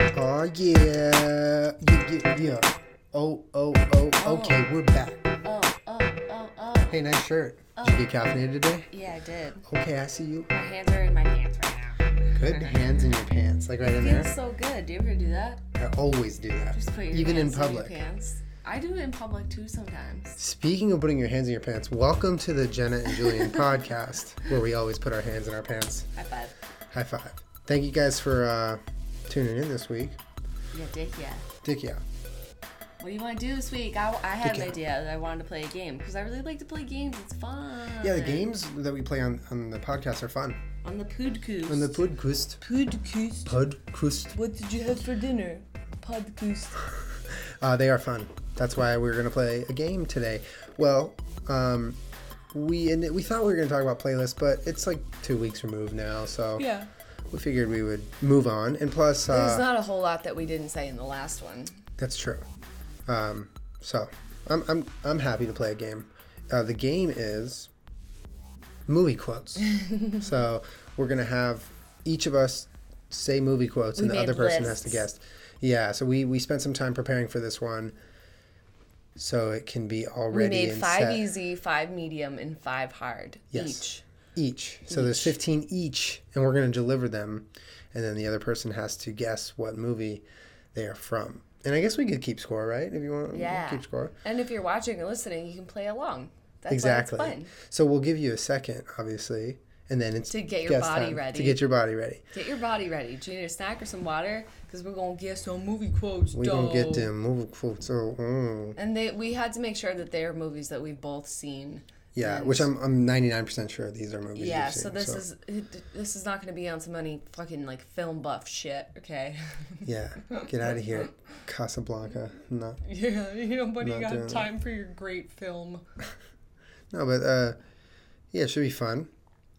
Oh yeah. Yeah, yeah, yeah. Oh, oh, oh. Okay, we're back. Oh, oh, oh, oh. Hey, nice shirt. Did you get caffeinated today? Yeah, I did. Okay, I see you. My hands are in my pants right now. Good. Hands in your pants, like right in Feels there. so good. Do you ever do that? I always do that. Just put your Even in hands your public. pants. I do it in public too sometimes. Speaking of putting your hands in your pants, welcome to the Jenna and Julian podcast, where we always put our hands in our pants. High five. High five. Thank you guys for uh, tuning in this week. Yeah, dick. Yeah. Dick, yeah. What do you want to do this week? I, I had an Okay. idea that I wanted to play a game because I really like to play games. It's fun. Yeah, the games that we play on, on the podcast are fun. On the Poodcoos. On the podcast. Poodcoos. Podcast. What did you have for dinner? Podcoos. Uh, they are fun. That's why we're gonna play a game today. Well, um, we and we thought we were gonna talk about playlists, but it's like two weeks removed now, so Yeah. we figured we would move on. And plus, uh, There's not a whole lot that we didn't say in the last one. that's true. Um, so I'm I'm I'm happy to play a game. Uh, the game is movie quotes. so we're gonna have each of us say movie quotes, and the made other person has to lists. guess. Yeah. So we we spent some time preparing for this one. So it can be We already made and five set. easy, five medium, and five hard Yes. each. each. So there's 15 each, and we're going to deliver them, and then the other person has to guess what movie they are from. And I guess we could keep score, right? If you want, we can Yeah. keep score. And if you're watching or listening, you can play along. That's exactly. why it's fun. So we'll give you a second, obviously, and then it's To get your guess body time, ready. To get your body ready, Get your body ready. Do you need a snack or some water? Because we're gonna get some movie quotes. we don't get dog. them. Move quotes. So mm. And they, we had to make sure that they are movies that we've both seen. yeah, And- which I'm I'm 99% sure these are movies. yeah. you've So seen, this is this is not gonna be on some any fucking like film buff shit. Okay. yeah. Get out of here, Casablanca. No, yeah. You nobody Not got doing that. time for your great film. no, but uh, yeah, it should be fun.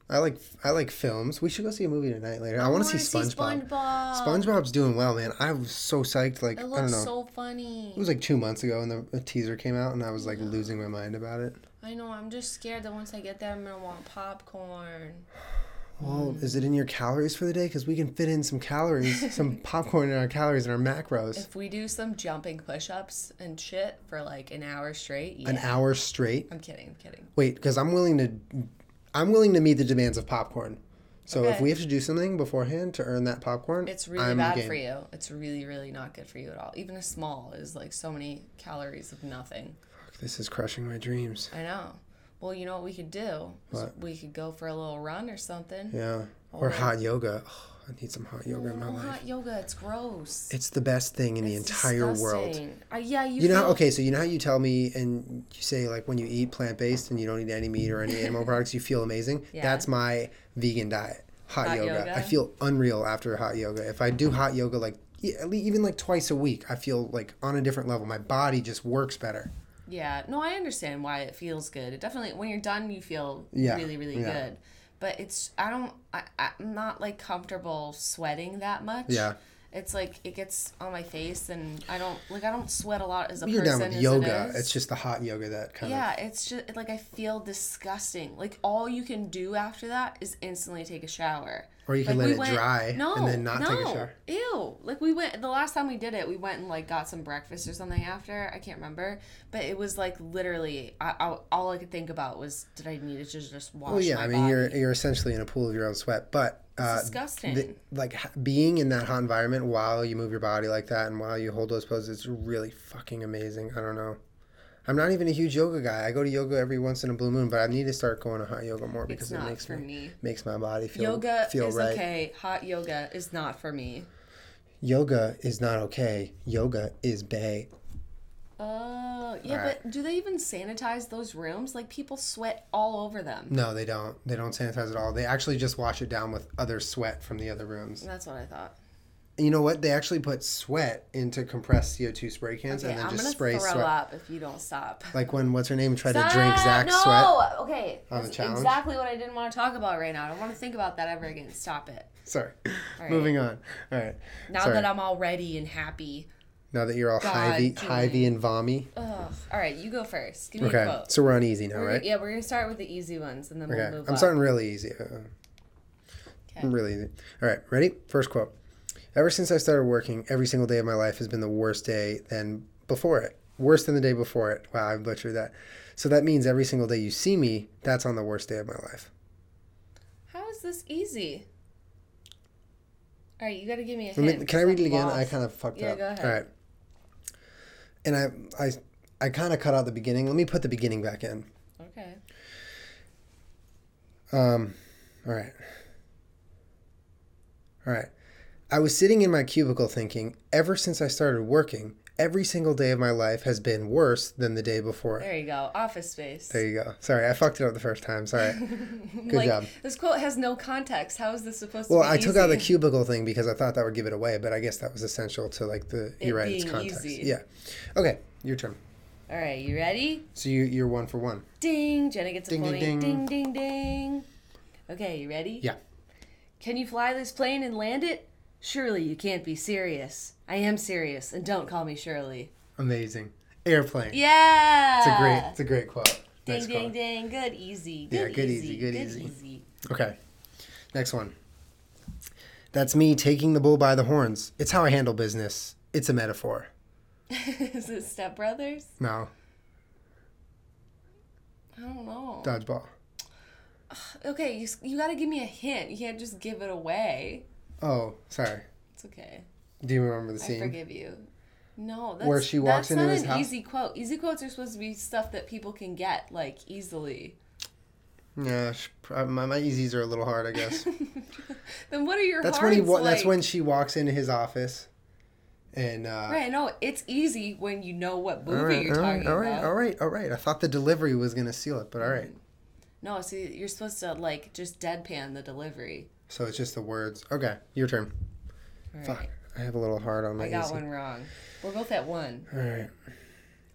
I like I like films. We should go see a movie tonight later. I, want to see SpongeBob. SpongeBob. SpongeBob's doing well, man. I was so psyched. Like I It don't looks know, so it funny. was like two months ago, and the a teaser came out, and I was like losing my mind about it. I know. I'm just scared that once I get there, I'm gonna want popcorn. Well, is it in your calories for the day? Because we can fit in some calories, some popcorn in our calories and our macros. If we do some jumping push-ups and shit for like an hour straight, yeah. An hour straight. I'm kidding. I'm kidding. Wait, because I'm willing to, I'm willing to meet the demands of popcorn. So if Okay. we have to do something beforehand to earn that popcorn, It's really I'm bad game. for you. It's really, really not good for you at all. Even a small is like so many calories of nothing. This is crushing my dreams. I know. Well, you know what we could do? Is What? We could go for a little run or something. Yeah, or Alright. hot yoga. Oh, I need some hot yoga in my No life. Oh, hot yoga. It's gross. It's the best thing in the entire world. Disgusting. Uh, yeah, you, You know, feel- okay, so you know how you tell me and you say like when you eat plant based and you don't eat any meat or any animal products, you feel amazing. Yeah. That's my vegan diet. Hot, Hot yoga. yoga? I feel unreal after hot yoga. If I do hot yoga like e- at least even like twice a week, I feel like on a different level. My body just works better. Yeah, no, I understand why it feels good. It definitely when you're done, you feel Yeah, really, really yeah. good. But it's I don't I I'm not like comfortable sweating that much. Yeah. it's like it gets on my face, and I don't like I don't sweat a lot as a You're person. down with as it yoga. is. It's just the hot yoga that kind yeah, it's just like I feel disgusting. Like all you can do after that is instantly take a shower. Or you can let Like, we it went- dry no, and then not no. take a shower. Ew! Like we went the last time we did it, we went and like got some breakfast or something after. I can't remember, but it was like literally, I, I all I could think about was did I need to just, just wash? of. Well, Oh, yeah, my I mean body? you're you're essentially in a pool of your own sweat, but uh, disgusting. the, like h- being in that hot environment while you move your body like that and while you hold those poses is really fucking amazing. I don't know. I'm not even a huge yoga guy. I go to yoga every once in a blue moon, but I need to start going to hot yoga more because it not makes for me, me. makes my body feel yoga feel is right. okay. Hot yoga is not for me. Yoga is not okay. Yoga is bay. Oh yeah, Alright. but do they even sanitize those rooms? Like people sweat all over them. No, they don't. They don't sanitize at all. They actually just wash it down with other sweat from the other rooms. That's what I thought. And you know what? They actually put sweat into compressed CO2 spray cans Okay, and then I'm just gonna spray throw sweat. up if you don't stop. Like when what's her name tried to drink Zach's no! sweat. Okay. On the That's challenge? exactly what I didn't want to talk about right now. I don't want to think about that ever again. Stop it. Sorry. right. Moving on. All right. Now Sorry. that I'm all ready and happy. Now that you're all God, hivey, Julie. hivey and vommy. Ugh. All right, you go first. Give me a Okay. quote. So we're on easy now, We're- right? Yeah, we're gonna start with the easy ones and then Okay. we'll move I'm up. starting really easy. Uh, Okay. Really easy. All right. Ready? First quote. Ever since I started working, every single day of my life has been the worst day than before it. Worse than the day before it. Wow, I butchered that. So that means every single day you see me, that's on the worst day of my life. How is this easy? All right, you got to give me a Let me- hint. can I 'cause read I'm it again? I lost. kind of fucked Yeah, up. go ahead. All right. And I I I kind of cut out the beginning. Let me put the beginning back in. Okay. Um, all right. All right. I was sitting in my cubicle thinking, ever since I started working, every single day of my life has been worse than the day before. it." There you go. Office space. There you go. Sorry, I fucked it up the first time. Sorry. Good like, job. This quote has no context. How is this supposed Well, to be I took out the easy? cubicle thing because I thought that would give it away, but I guess that was essential to like the It you're right, it's being context. easy. Yeah. Okay, your turn. All right, you ready? So you you're one for one. Ding. Jenna gets a Ding, ding, point. ding. ding, ding, ding. Okay, you ready? Yeah. Can you fly this plane and land it? Surely you can't be serious. I am serious, and don't call me Shirley. Amazing. Airplane. Yeah. It's a great it's a great quote. Ding, Nice ding, quote. ding. Good, easy. Good, Yeah, good, easy. easy, good, easy. easy. Okay. Next one. That's me taking the bull by the horns. It's how I handle business. It's a metaphor. Is it Step Brothers? No, I don't know. dodgeball. Okay, you, s- you gotta give me a hint. You can't just give it away. Oh, sorry. It's okay. Do you remember the I scene? forgive you. No, that's, Where she walks that's into not his an house- easy quote. Easy quotes are supposed to be stuff that people can get like easily. Yeah, sh- prob- my, my easies are a little hard, I guess. Then what are your That's when hearts he. Wa- That's like? when she walks into his office, and uh, Right, no, it's easy when you know what movie all right, you're all talking right, all right, about. Mm. all right, all right. I thought the delivery was gonna seal it, but all right. No, so you're supposed to like just deadpan the delivery. So it's just the words. Okay, your turn. All Fuck, right. I have a little hard on my. I got easy. one wrong. We're both at one. All right.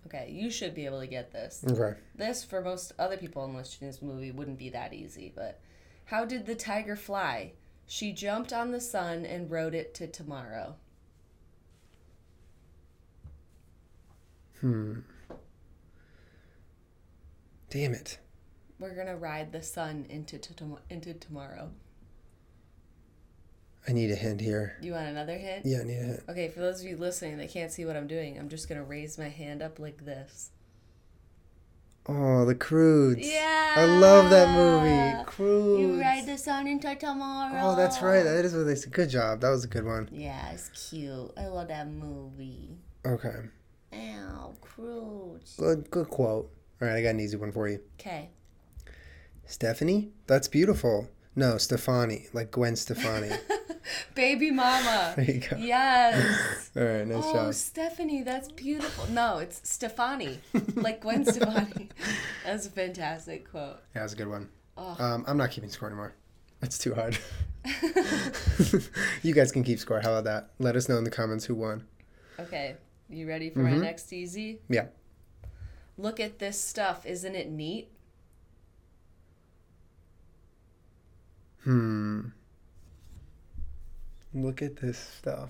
Okay, you should be able to get this. Okay. This, for most other people in watching this movie, wouldn't be that easy, but how did the tiger fly? She jumped on the sun and rode it to tomorrow. Hmm. Damn it. We're gonna ride the sun into to tom- into tomorrow. I need a hint here. You want another hint? Yeah, I need a hint. Okay, for those of you listening that can't see what I'm doing, I'm just gonna raise my hand up like this. Oh, the Croods. Yeah. I love that movie. Croods. You ride the sun into tomorrow. Oh, that's right. That is what they said. Good job. That was a good one. Yeah, it's cute. I love that movie. Okay. Ow, Croods. Good, good quote. All right, I got an easy one for you. Okay. Stephanie? That's beautiful. No, Stefani, like Gwen Stefani. Baby mama. there you go. Yes. All right, nice Oh, job. Stephanie, that's beautiful. No, it's Stefani, like Gwen Stefani. That's a fantastic quote. Yeah, that was a good one. Oh. Um, I'm not keeping score anymore. That's too hard. you guys can keep score. How about that? Let us know in the comments who won. Okay, you ready for Mm-hmm. my next easy? Yeah. Look at this stuff. Isn't it neat? Hmm. Look at this stuff.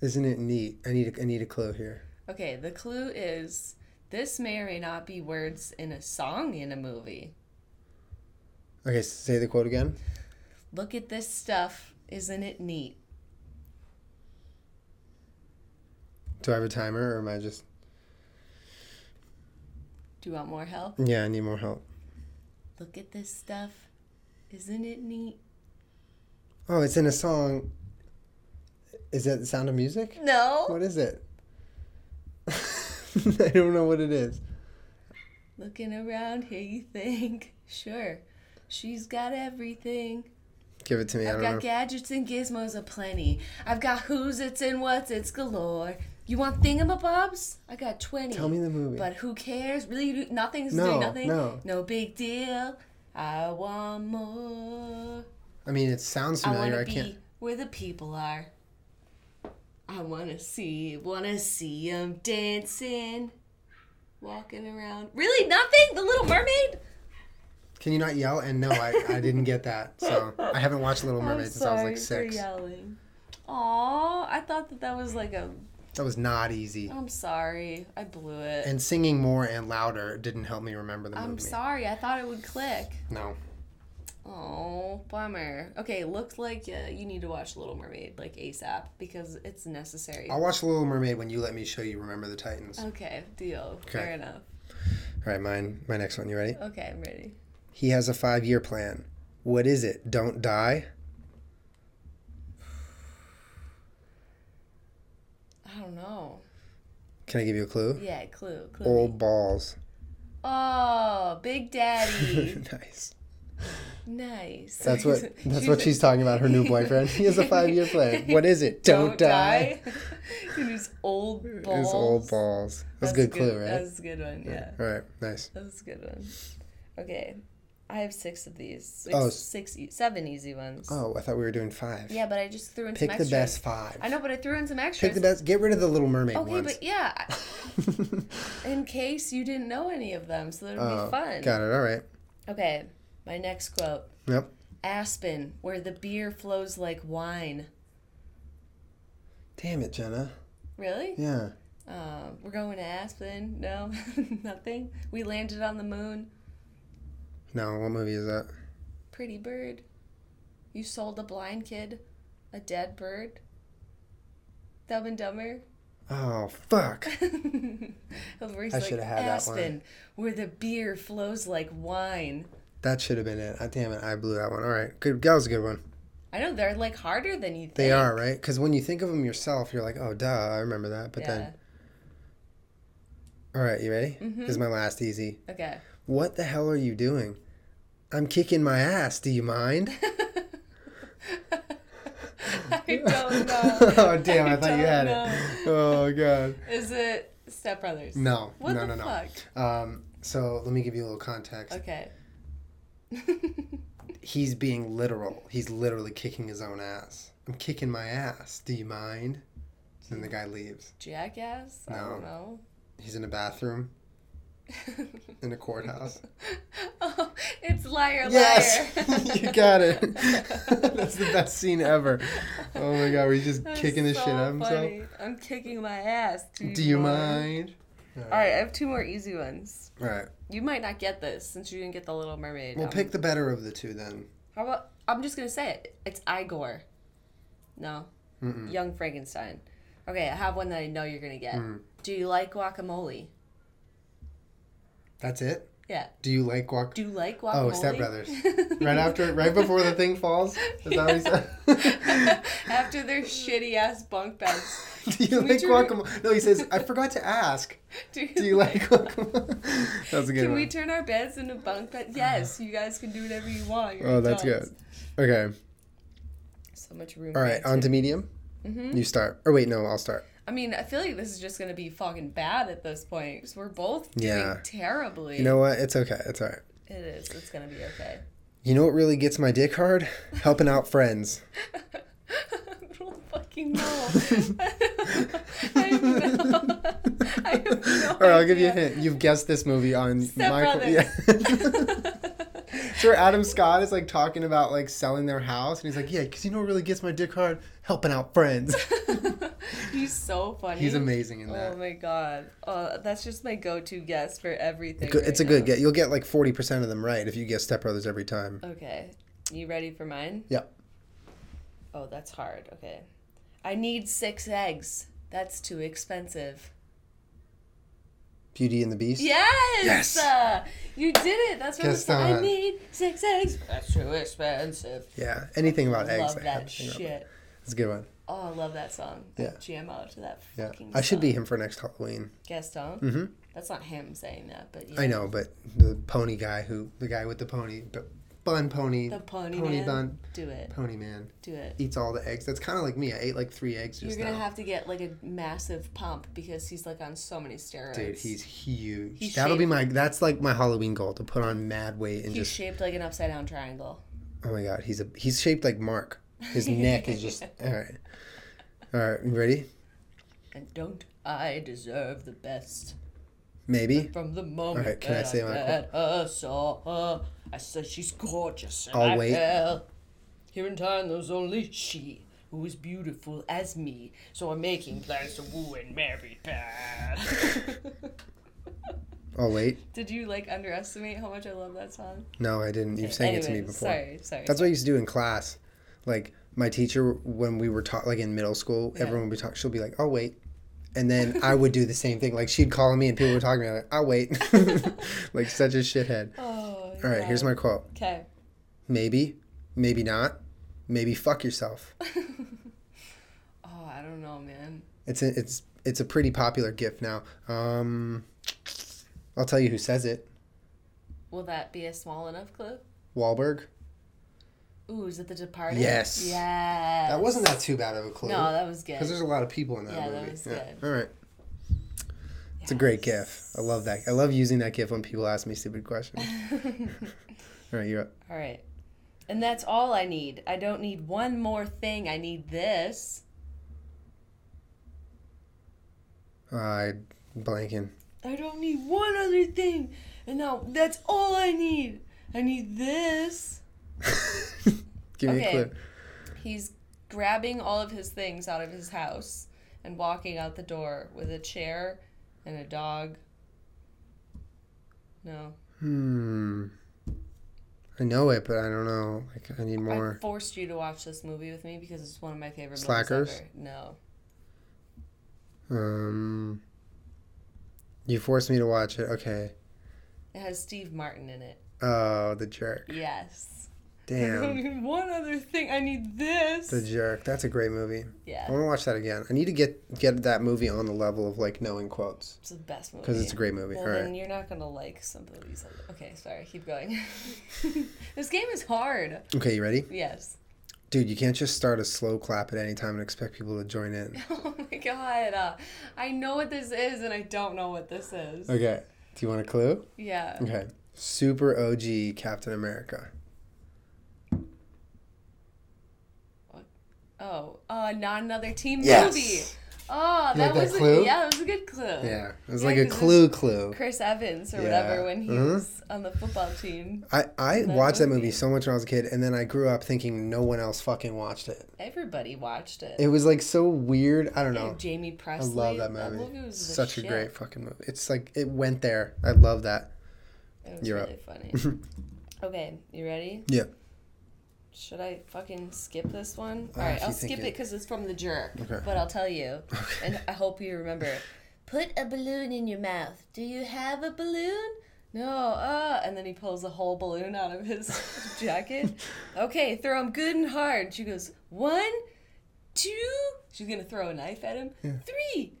Isn't it neat? I need a, I need a clue here. Okay, the clue is this may or may not be words in a song in a movie. Okay, s- say the quote again. Look at this stuff. Isn't it neat? Do I have a timer or am I just Do you want more help? Yeah, I need more help. Look at this stuff. Isn't it neat? Oh, it's in a song. Is that the sound of music? No. What is it? I don't know what it is. Looking around here, you think. Sure. She's got everything. Give it to me. I I've don't got know. gadgets and gizmos aplenty. I've got who's it's and what's it's galore. You want thingamabobs? I got 20. Tell me the movie. But who cares? Really, nothing's No, doing nothing. no. big deal. I want more. I mean, it sounds I want familiar. I, to be can't. where the people are. I want to see, want to see 'em dancing, walking around. Really, nothing? The Little Mermaid? Can you not yell? And no, I, I didn't get that. So I haven't watched Little Mermaid I'm since I was sorry like six. for yelling. Aw, I thought that that was like a. That was not easy. I'm sorry, I blew it. And singing more and louder didn't help me remember the movie. I'm sorry, I thought it would click. No. Oh, bummer. Okay, looks like uh, you need to watch Little Mermaid like ASAP because it's necessary. I'll watch Little Mermaid when you let me show you Remember the Titans. All Okay, deal. Okay. Fair enough. right, mine. My next one. You ready? Okay, I'm ready. He has a five-year plan. What is it? Don't die. I don't know. Can I give you a clue? Yeah, clue. Clue. me. Old balls. Oh, Big Daddy. nice. nice. That's what. That's what she's talking about. Her new boyfriend. He has a five-year plan. What is it? Don't, Don't, die. Dude, it's old balls. Is old balls. That's, a good clue, That right? was a good one. Yeah, All right. Nice. that was a good one. Okay, I have six of these. Six, Oh, s- six e- seven easy ones. Oh, I thought we were doing five. Yeah, but I just threw in Pick some the extras. best five. I know, but I threw in some extras. Pick the best. Get rid of the Little Mermaid Okay, ones. but yeah, I- in case you didn't know any of them, so that would oh, be fun. got it. All right. Okay, my next quote. Yep. Aspen, where the beer flows like wine. Damn it, Jenna. Really? Yeah. Uh, we're going to Aspen? No, nothing. We landed on the moon. No. What movie is that? Pretty bird. You sold a blind kid a dead bird. Dumb and Dumber. Oh fuck. Where he's I should've had that one. Aspen, where the beer flows like wine. That should have been it. Ah, damn it, I blew that one. All right, good. That was a good one. I know they're like harder than you think. They are right because when you think of them yourself, you're like, oh, duh, I remember that. But Yeah. Mm-hmm. then, all right, you ready? This is my last easy. Okay. What the hell are you doing? I'm kicking my ass. Do you mind? I don't know. oh damn! I, I thought you don't had it. Oh god. Is it Step Brothers? No. What no. the no. fuck? No. Um. So let me give you a little context. Okay. He's being literal. He's literally kicking his own ass. I'm kicking my ass. Do you mind? And the guy leaves. Jackass? I don't know. He's in a bathroom in a courthouse. oh, it's liar, liar. Yes, you got it. That's the best scene ever. Oh my god, where he's just That's kicking the so shit out of himself. funny. I'm kicking my ass. Do you mind? All right, I have two more easy ones. All right, You might not get this since you didn't get the Little Mermaid. we'll Um, pick the better of the two then. How about? I'm just gonna say it. It's Igor. No. Young Frankenstein. Okay, I have one that I know you're gonna get. Mm. Do you like guacamole? That's it. Yeah. Do you like guac? Do you like Oh, guacamole? Step Brothers. right after, right before the thing falls. Is that what he said? After their shitty ass bunk beds. Do you like do- guacamole? No, he says, I forgot to ask. Do you, Do you like guacamole? That's a good Can one. we turn our beds into bunk beds? Yes, you guys can do whatever you want. You're oh, that's adults. good. Okay. So much room. All right, on to medium. Mm-hmm. You start. Or wait, no, I'll start. I mean, I feel like this is just gonna be fucking bad at this point because we're both doing Yeah. terribly. You know what? It's okay. It's all right. it is. It's gonna be okay. You know what really gets my dick hard? Helping out friends. I don't fucking know. I have no. I have no Or I'll give you a idea. hint. You've guessed this movie on Step Brothers. Yeah. it's where Adam Scott is like talking about like selling their house, and he's like, "Yeah, because you know what really gets my dick hard? Helping out friends." He's so funny. he's amazing in Oh that. my god. Oh, that's just my go-to guess for everything. Good- It's a right good now. guess. You'll get like forty percent of them right if you guess Step Brothers every time. Okay. You ready for mine? Yep. Oh, that's hard. Okay. I need six eggs. That's too expensive. Beauty and the Beast. Yes! Yes! Uh, you did it. That's what Guess it's I not. need six eggs. That's too expensive. Yeah. Anything about eggs. Love I have that to think about. shit. It's a good one. Oh, I love that song. Yeah. I jam out to that Yeah. fucking I should song. be him for next Halloween. Gaston? Mm-hmm. That's not him saying that, but yeah. I know, but the pony guy who the guy with the pony bu- bun pony The pony, pony man. bun Do it. pony man Do it. eats all the eggs. That's kind of like me. I ate like three eggs You're just going to now. have to get like a massive pump because he's like on so many steroids. Dude, he's huge. He's That'll be shaped- my. That's like my Halloween goal to put on mad weight and He's just. shaped like an upside down triangle. Oh my god, he's a he's shaped like Mark. His neck is just all right. All right, you ready? And don't I deserve the best? Maybe. From the moment Alright, can I that say my met her, saw her, I said she's gorgeous. And I'll I wait. Fell. Here in time, there's only she who is beautiful as me. So I'm making plans to woo and marry Pat. I'll Oh, wait. Did you like underestimate how much I love that song? No, I didn't. You've sang it to me Anyways, before. Sorry, sorry. That's what I used to do in class. Like my teacher, when we were taught, like in middle school, Yeah. everyone would be talking. She'll be like, "I'll wait," and then I would do the same thing. Like she'd call me, and people were talking to me. Like, "I'll wait," like such a shithead. Oh, All right, here's my quote. Okay. Maybe, maybe not. Maybe fuck yourself. Oh, I don't know, man. It's a, it's it's a pretty popular gift now. Um, I'll tell you who says it. Will that be a small enough clip? Wahlberg. Ooh, is it The Departed? Yes. Yes. That wasn't that too bad of a clue. No, that was Because good. there's a lot of people in that Yeah, movie. that was good. All right. It's a great GIF. I love that. I love using that GIF when people ask me stupid questions. All right, you're up. All right. And that's all I need. I don't need one more thing. I need this. I blanking. I don't need one other thing. And now that's all I need. I need this. Give me Okay. a clue. He's grabbing all of his things out of his house and walking out the door with a chair and a dog. No. Hmm. I know it, but I don't know. Like I need I more. forced you to watch this movie with me because it's one of my favorite Slackers? movies ever. No. Um. You forced me to watch it. Okay. It has Steve Martin in it. Oh, the jerk. Yes. I don't Damn. need one other thing. I need this. The jerk. That's a great movie. I yeah. want to watch that again. I need to get get that movie on the level of like knowing quotes It's the best movie. because it's a great movie. Well, All then right. you're not gonna like some of these. other- Okay, sorry. Keep going. this game is hard. Okay, you ready? Yes. Dude, you can't just start a slow clap at any time and expect people to join in. Oh my god. Uh, I know what this is, and I don't know what this is. Okay. Do you want a clue? Yeah. Okay. Super OG Captain America. Oh, uh, not another team Yes. movie. Oh, You like that that was a, clue? yeah, that was a good clue. Yeah. It was Yeah, like a 'cause it's- clue clue. Chris Evans or Yeah. whatever when he Mhm. was on the football team. I, I that watched that movie movie. so much when I was a kid and then I grew up thinking no one else fucking watched it. Everybody watched it. It was like so weird. I don't And know. Jamie I Presley. love that movie. was the Such a shit. great fucking movie. It's like it went there. I love that. It was You're really funny. okay, you ready? Yeah. Should I fucking skip this one? Ah, All right, if I'll you think skip it it- because it's from The Jerk. Okay. But I'll tell you, Okay. and I hope you remember. Put a balloon in your mouth. Do you have a balloon? No. Uh. And then he pulls a whole balloon out of his jacket. Okay, throw him good and hard. She goes one, two. She's gonna throw a knife at him. Three,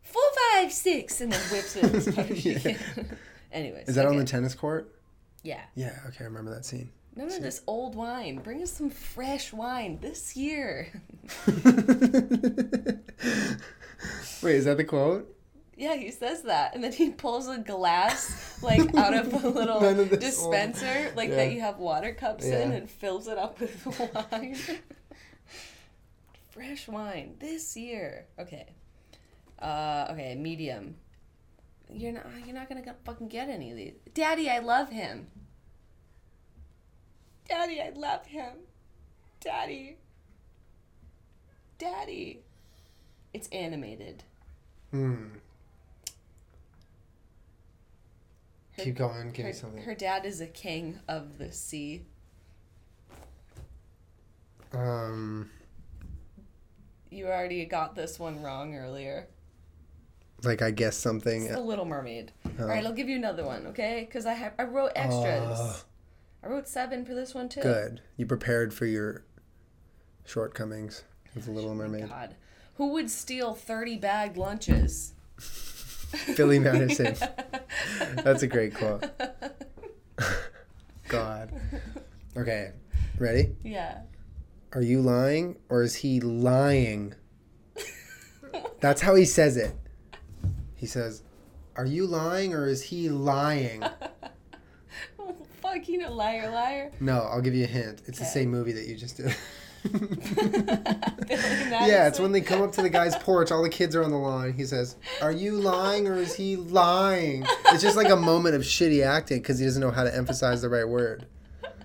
four, five, six, and then whips it as hard as she Yeah. can. Anyways, Is that on okay. the tennis court? yeah. Yeah, okay, I remember that scene. None of this old wine. Bring us some fresh wine this year. Wait, is that the quote? yeah, he says that. And then he pulls a glass, like, out of a little None of this old- dispenser, like, that Yeah. you have water cups in, Yeah. and fills it up with wine. fresh wine this year. Okay. Uh, okay, medium. You're not. You're not gonna get- fucking get any of these. Daddy, I love him. Daddy, I love him. Daddy. Daddy. It's animated. Hmm. Her- Keep going, give Her, me something. her dad is a king of the sea. Um, You already got this one wrong earlier. like I guess something. It's The Little Mermaid. Oh. All right, I'll give you another one, okay? Because I have I wrote extras. Ah. I wrote seven for this one too. Good. You prepared for your shortcomings with The Little Mermaid. Oh God, who would steal thirty bag lunches? Billy Madison. That's a great quote. God. Okay. Ready? yeah. Are you lying or is he lying? That's how he says it. He says, Are you lying or is he lying? Oh, fuck you, know, liar, liar. No, I'll give you a hint. It's the Okay. same movie that you just did. yeah, it's Madison. when they come up to the guy's porch, all the kids are on the lawn. He says, "Are you lying or is he lying?" It's just like a moment of shitty acting cuz he doesn't know how to emphasize the right word.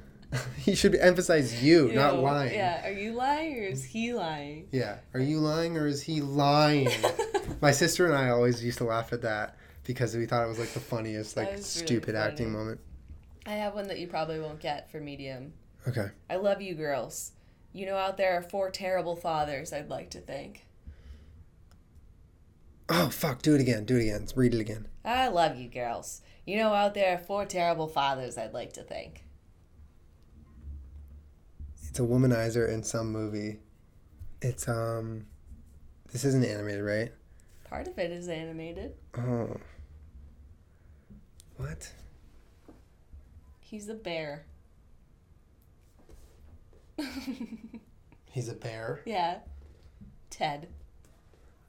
he should emphasize you, not Yo, lying. Yeah. Yeah, are you lying or is he lying? Are you lying or is he lying? My sister and I always used to laugh at that because we thought it was like the funniest, like was really stupid acting funny. moment. I have one that you probably won't get for medium. Okay. I love you girls. You know, out there are four terrible fathers, I'd like to think. Oh fuck! Do it again. Do it again. Let's read it again. I love you girls. You know, out there are four terrible fathers, I'd like to think. It's a womanizer in some movie. It's um, this isn't animated, right? Part of it is animated. Oh. What? He's a bear. He's a bear. yeah. Ted.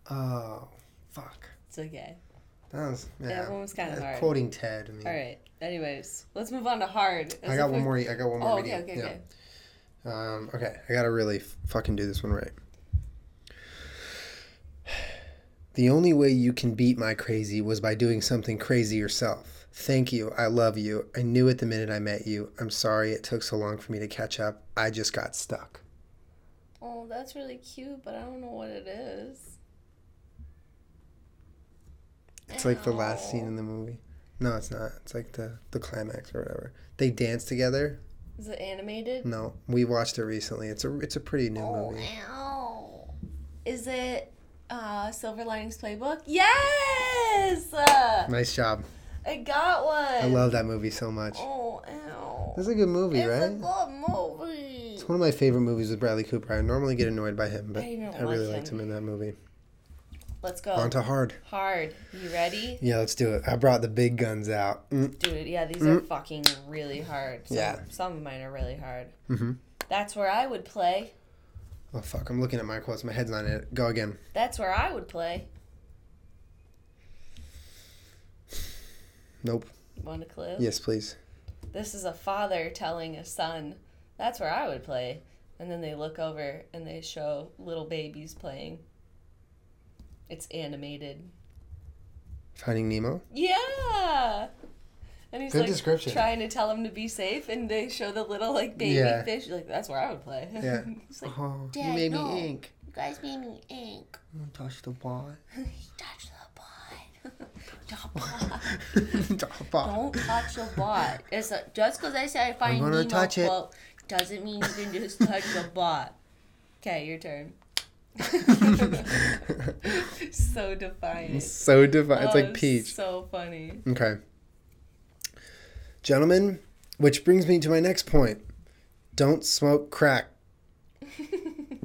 Oh, fuck. It's okay. That was yeah. That one was kinda Uh, hard. Quoting Ted. I mean, All right. Anyways, let's move on to hard. I got one more. I got one more. Oh, reading. okay, okay, okay. Um, okay, I gotta really f- fucking do this one right. The only way you can beat my crazy was by doing something crazy yourself. Thank you. I love you. I knew it the minute I met you. I'm sorry it took so long for me to catch up. I just got stuck. Oh, that's really cute, but I don't know what it is. It's like the last scene Ow. in the movie. No, it's not. It's like the, the climax or whatever. They dance together. Is it animated? No, we watched it recently. It's a it's a pretty new Oh, movie. ow. Is it uh, Silver Linings Playbook? Yes! Uh, Nice job. I got one. I love that movie so much. Oh, ow. That's a good movie, it's right? a good movie. It's one of my favorite movies with Bradley Cooper. I normally get annoyed by him, but I don't Oh. I, really like liked him in that movie. Let's go. On to hard. Hard. You ready? Yeah, let's do it. I brought the big guns out. Mm. Dude, yeah, these are fucking really hard. Some, Yeah. Some of mine are really hard. Mhm. That's where I would play. Oh fuck! I'm looking at my quotes. My head's not in it. Go again. That's where I would play. Nope. Want a clue? Yes, please. This is a father telling a son, that's where I would play. And then they look over and they show little babies playing. It's animated. Finding Nemo. Yeah. And he's Good like description. trying to tell him to be safe and they show the little like baby Yeah. fish. Like, that's where I would play. Yeah. He's like, oh, you Dad, made no. me ink. You guys made me ink. Don't touch the ball. He touched the bot. Don't bot. Don't ball. Don't touch the bot. It's a, just because I said I find gonna Nemo touch it. quote doesn't mean you can just touch the bot. Okay, your turn. so defiant. so divine. It's Oh, like Peach. So funny. Okay. Gentlemen, which brings me to my next point. Don't smoke crack.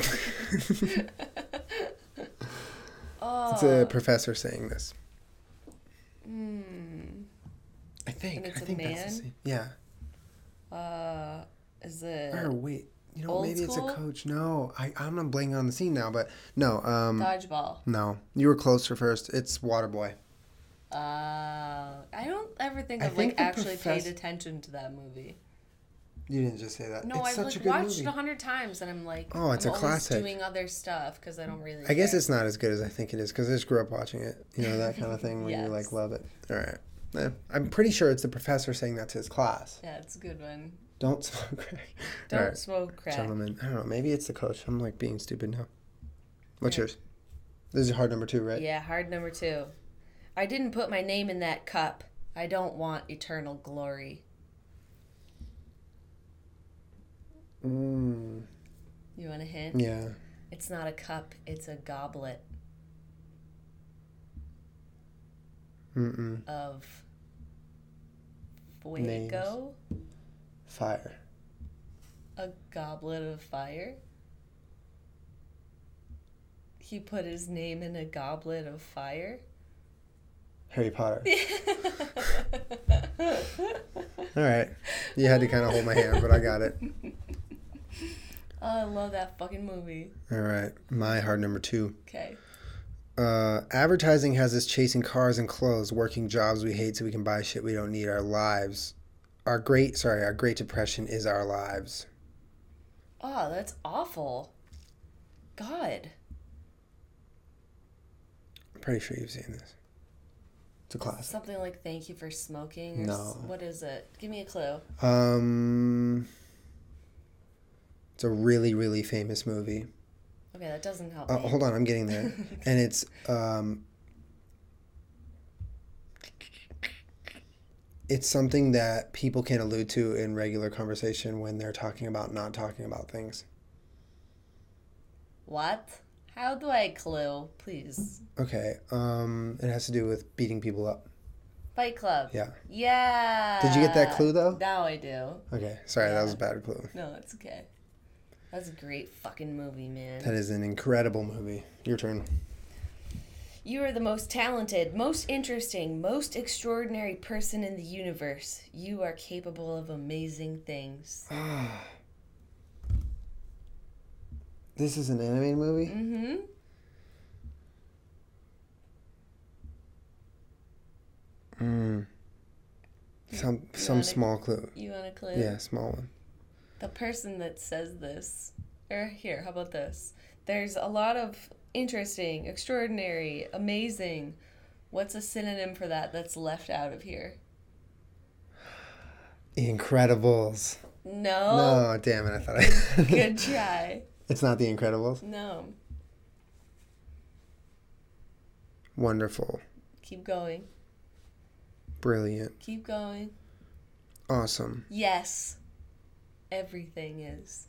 It's Oh, a professor saying this. hmm. I think. And it's I a think that's the same. man? Yeah. uh, is it Or um, wait, you know, Old maybe school? it's a coach. No, I I'm not blanking on the scene now, but no, um, dodgeball? no, you were closer first. It's Waterboy. Uh, I don't ever think I I've think like the actually profess- paid attention to that movie. You didn't just say that. No, it's I've such a like good watched movie. it a hundred times, and I'm like, Oh, it's I'm a always classic. Doing other stuff because I don't really. I guess care. it's not as good as I think it is because I just grew up watching it. You know that kind of thing where you Yes. like love it. All right. Yeah. I'm pretty sure it's the professor saying that to his class. Yeah, it's a good one. Don't smoke crack. Don't All right, smoke crack. gentlemen. I don't know. Maybe it's the coach. I'm like being stupid now. What's yours? This is hard number two, right? Yeah, hard number two. I didn't put my name in that cup. I don't want eternal glory. Mm, You want a hint? yeah. It's not a cup. It's a goblet Mm-mm. of fuego. Fire. A goblet of fire. He put his name in a goblet of fire. Harry Potter. All right. You had to kind of hold my hand, but I got it. Oh, I love that fucking movie. All right. My hard number two. Okay. Uh, advertising has us chasing cars and clothes, working jobs we hate so we can buy shit we don't need. Our lives, our great sorry, our Great Depression is our lives. Oh, that's awful. God. I'm pretty sure you've seen this. It's a classic. Something like thank you for smoking or s- No. what is it? Give me a clue. Um, it's a really really famous movie. Okay, that doesn't help Uh, me. hold on, I'm getting there. and it's um, it's something that people can allude to in regular conversation when they're talking about not talking about things. What? How do I clue? Please. Okay, um, it has to do with beating people up. Fight Club. Yeah. Yeah. Did you get that clue though? Now I do. Okay, sorry, that was a bad clue. No, that's okay. That's a great fucking movie, man. That is an incredible movie. Your turn. You are the most talented, most interesting, most extraordinary person in the universe. You are capable of amazing things. This is an animated movie. Mm-hmm. Mm. Hmm. Some some wanna- small clue. You want a clue? Yeah, small one. The person that says this, or here, how about this? There's a lot of interesting, extraordinary, amazing. What's a synonym for that that's left out of here? Incredibles. No. No, damn it! I thought I. Good try. It's not The Incredibles. No. Wonderful, Keep going. brilliant, Keep going. awesome. Yes. Everything is.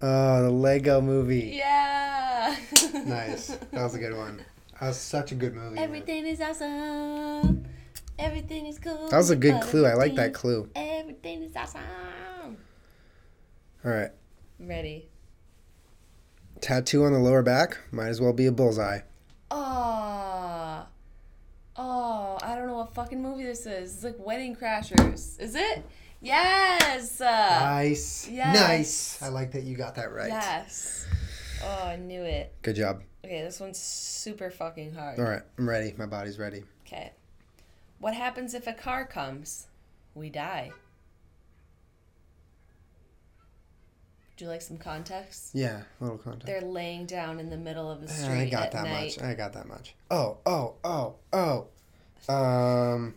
Oh, the Lego Movie. Yeah. Nice. That was a good one. That was such a good movie. man. Everything is awesome. Everything is cool. That was a good Other clue. I like that things. clue. Everything is awesome. All right. Ready. Tattoo on the lower back might as well be a bullseye. Ah. Oh, I don't know what fucking movie this is. It's like Wedding Crashers. Is it? Yes. Uh, Nice. Yes. Nice. I like that you got that right. yes. Oh, I knew it. Good job. Okay, this one's super fucking hard. All right. I'm ready. My body's ready. Okay. What happens if a car comes? We die. Would you like some context? Yeah. A little contact. They're laying down in the middle of the Yeah, street I got at that night. much. I got that much. Oh, oh, oh, oh. Um.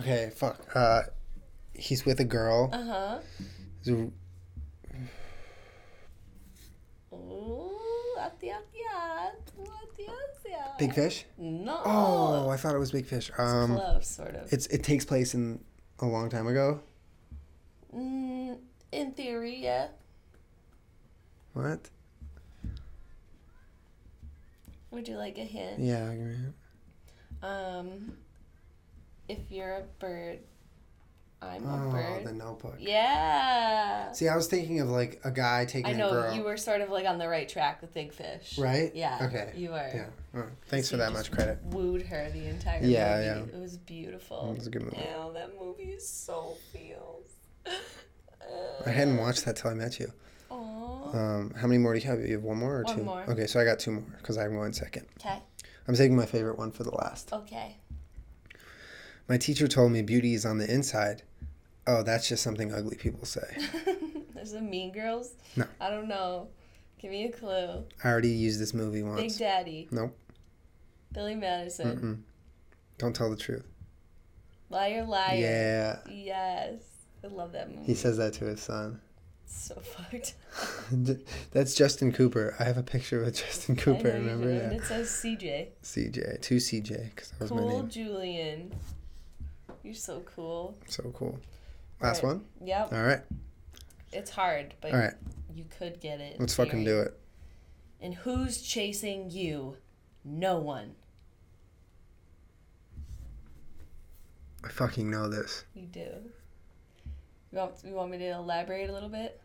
okay, fuck. Uh, he's with a girl. Uh huh. He's- Ooh, at the at the at at the at the at. Big fish. No. Oh, I thought it was big fish. Um, Close, sort of. it's it takes place in a long time ago. Mm, in theory, yeah. What? Would you like a hint? Yeah. give me a hint. Um, if you're a bird, I'm a Oh, bird. the Notebook. Yeah. See, I was thinking of like a guy taking I a know girl. you were sort of like on the right track with Big Fish. Right. Yeah. Okay. You were. Yeah. All right. Thanks for You that much just credit. Wooed her the entire Yeah, Mm. movie. It was beautiful. That was a good movie. Oh, that movie is so feels. I hadn't watched that till I met you. Aww. Um, how many more do you have? You have one more or One two? more. Okay, so I got two more because I'm one second. Okay. I'm saving my favorite one for the last. Okay. My teacher told me beauty is on the inside. Oh, that's just something ugly people say. There's the Mean Girls. No. I don't know. Give me a clue. I already used this movie Big once. Daddy. Oh, Nope. Billy Madison. Mm-mm. Don't tell the truth. Liar, liar. Yeah. Yes. I love that movie. He says that to his son. It's so fucked. that's Justin Cooper. I have a picture with Justin Cooper, I know you do, remember? And Yeah. it says CJ. CJ. Two CJ because that was my Cool name. Julian. You're so cool. So cool. Last Alright. one? Yep. All right. It's hard, but All right. you could get it. in Let's fucking theory. do it. And who's chasing you? No one. I fucking know this. You do. You want, you want me to elaborate a little bit?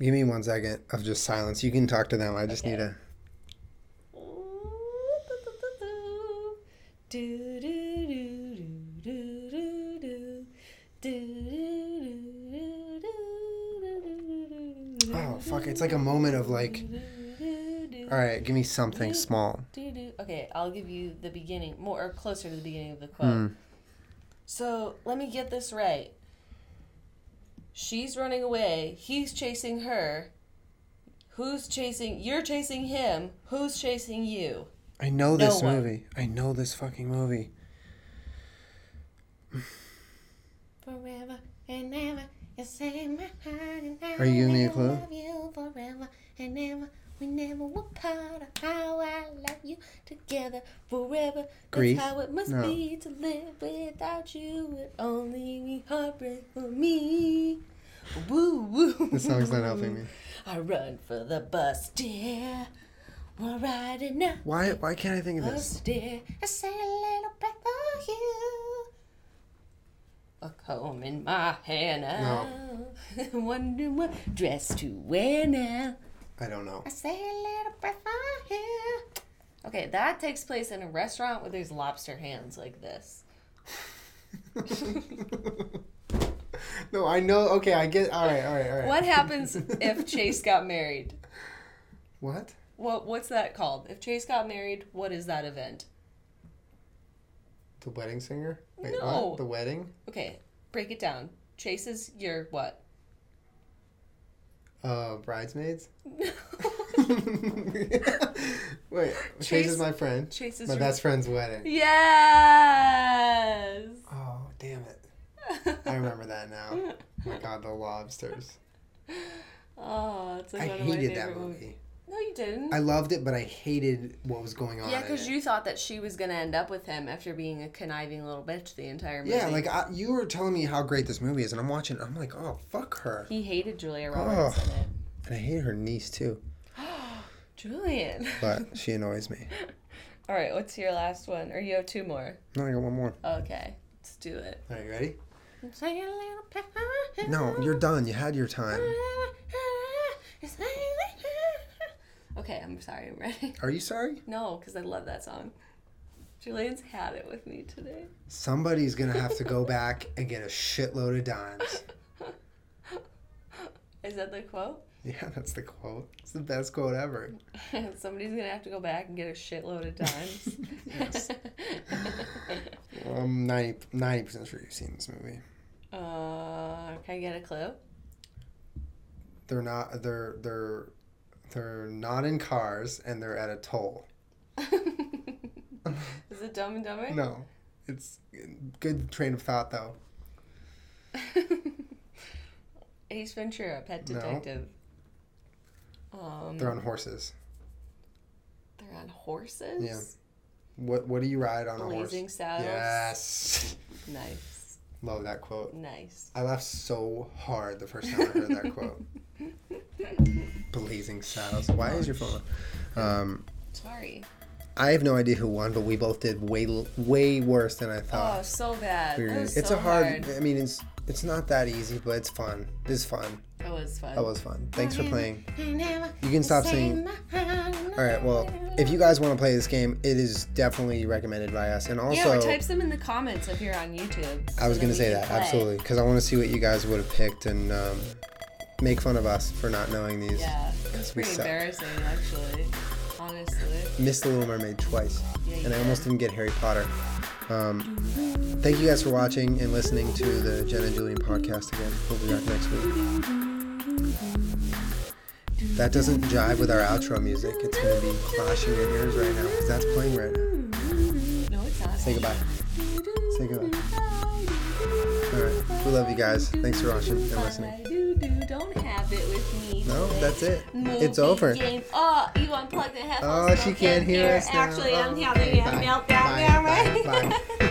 Give me one second of just silence. You can talk to them. I just Okay. need a. Oh Oh fuck! It's like a moment of like. All right, give me something small. Okay, I'll give you the beginning, more or closer to the beginning of the quote. Hmm. So let me get this right. She's running away. He's chasing her. Who's chasing? You're chasing him. Who's chasing you? I know this one. movie. I know this fucking movie. Forever and ever, you say my heart and I Are you giving me a will clue? love you forever and ever. We never will part. How I love you together forever. That's Grease? how it must No. be to live without you. It only be heartbreak for me. Woo woo. This song's not helping me. I run for the bus, dear. We're riding up Why why can't I think of this? bus, dear. I say a little prayer for you. A comb in my hair now. Wondering what dress to wear now. I don't know. I say a little breath of air. Okay, that takes place in a restaurant where there's lobster hands like this. no, I know. Okay, I get. All right, all right, all right. What happens if Chase got married? What? What what's that called? If Chase got married, what is that event? The wedding singer? Wait, No. what? The wedding? Okay, break it down. Chase is your what? Uh, bridesmaids? No. Wait, Chase, Chase- is my friend. Chase is my your- best friend's wedding. Yes. Oh, damn it. I remember that now. Oh my god, the lobsters. oh, it's like I one of my hated that favorite movie. movies. No, you didn't. I loved it, but I hated what was going on. yeah, in because it. you thought that she was gonna end up with him after being a conniving little bitch the entire movie. Yeah, like I, you were telling me how great this movie is, and I'm watching. I'm like, oh fuck her, he hated Julia Roberts in it. and I hate her niece too. Julian. But she annoys me. All right, what's your last one? Or you have two more? No, I got one more. Okay, let's do it. All right, you ready? No, you're done. You had your time. Okay, I'm sorry. I'm ready. Are you sorry? No, because I love that song. Julian's had it with me today. Somebody's gonna have to go back and get a shitload of dimes. Is that the quote? Yeah, that's the quote. It's the best quote ever. Somebody's gonna have to go back and get a shitload of dimes. Um, 90 percent sure you've seen this movie. uh, can I get a clue? They're not. They're they're they're not in cars, and they're at a toll. Is it Dumb and Dumber? No, it's good train of thought though. Ace Ventura, Pet No. Detective. Um, They're on horses. they're on horses. Yeah. What What do you ride on a Blazing horse? Saddles. Yes. Nice, Love that quote. nice. I laughed so hard the first time I heard that quote. Blazing saddles. Why is your phone? on? Um, Sorry. I have no idea who won, but we both did way l- way worse than I Oh, thought. so bad. we were That gonna- was Ah. it's so a hard, I mean, it's it's not that easy, but it's fun. It's fun. That was fun. That was fun. Thanks for playing. You can stop singing. All right. Well, if you guys want to play this game, it is definitely recommended by us. And yeah, also, or type them in the comments if you're on YouTube. I was so gonna we say can that play. absolutely because I want to see what you guys would have picked and um, make fun of us for not knowing these. Yeah, it's Because we pretty suck. embarrassing actually. Honestly. Missed the Little Mermaid twice, Yeah, you and I almost didn't get Harry Potter. Um, thank you guys for watching and listening to the Jen and Julian podcast again. We'll be back next week. That doesn't jive with our outro music. It's gonna be clashing your ears right now because that's playing right now. No, it's not. Say goodbye. Say goodbye. All right. We love you guys. Thanks for watching and listening. I do do. Don't have it with me. No, today. that's it. Movie It's over. Game. Oh, you unplugged the headphones. Oh, she and can't hear us now. Actually, I'm Oh, having a okay. Bye. meltdown. Bye. Bye. Bye.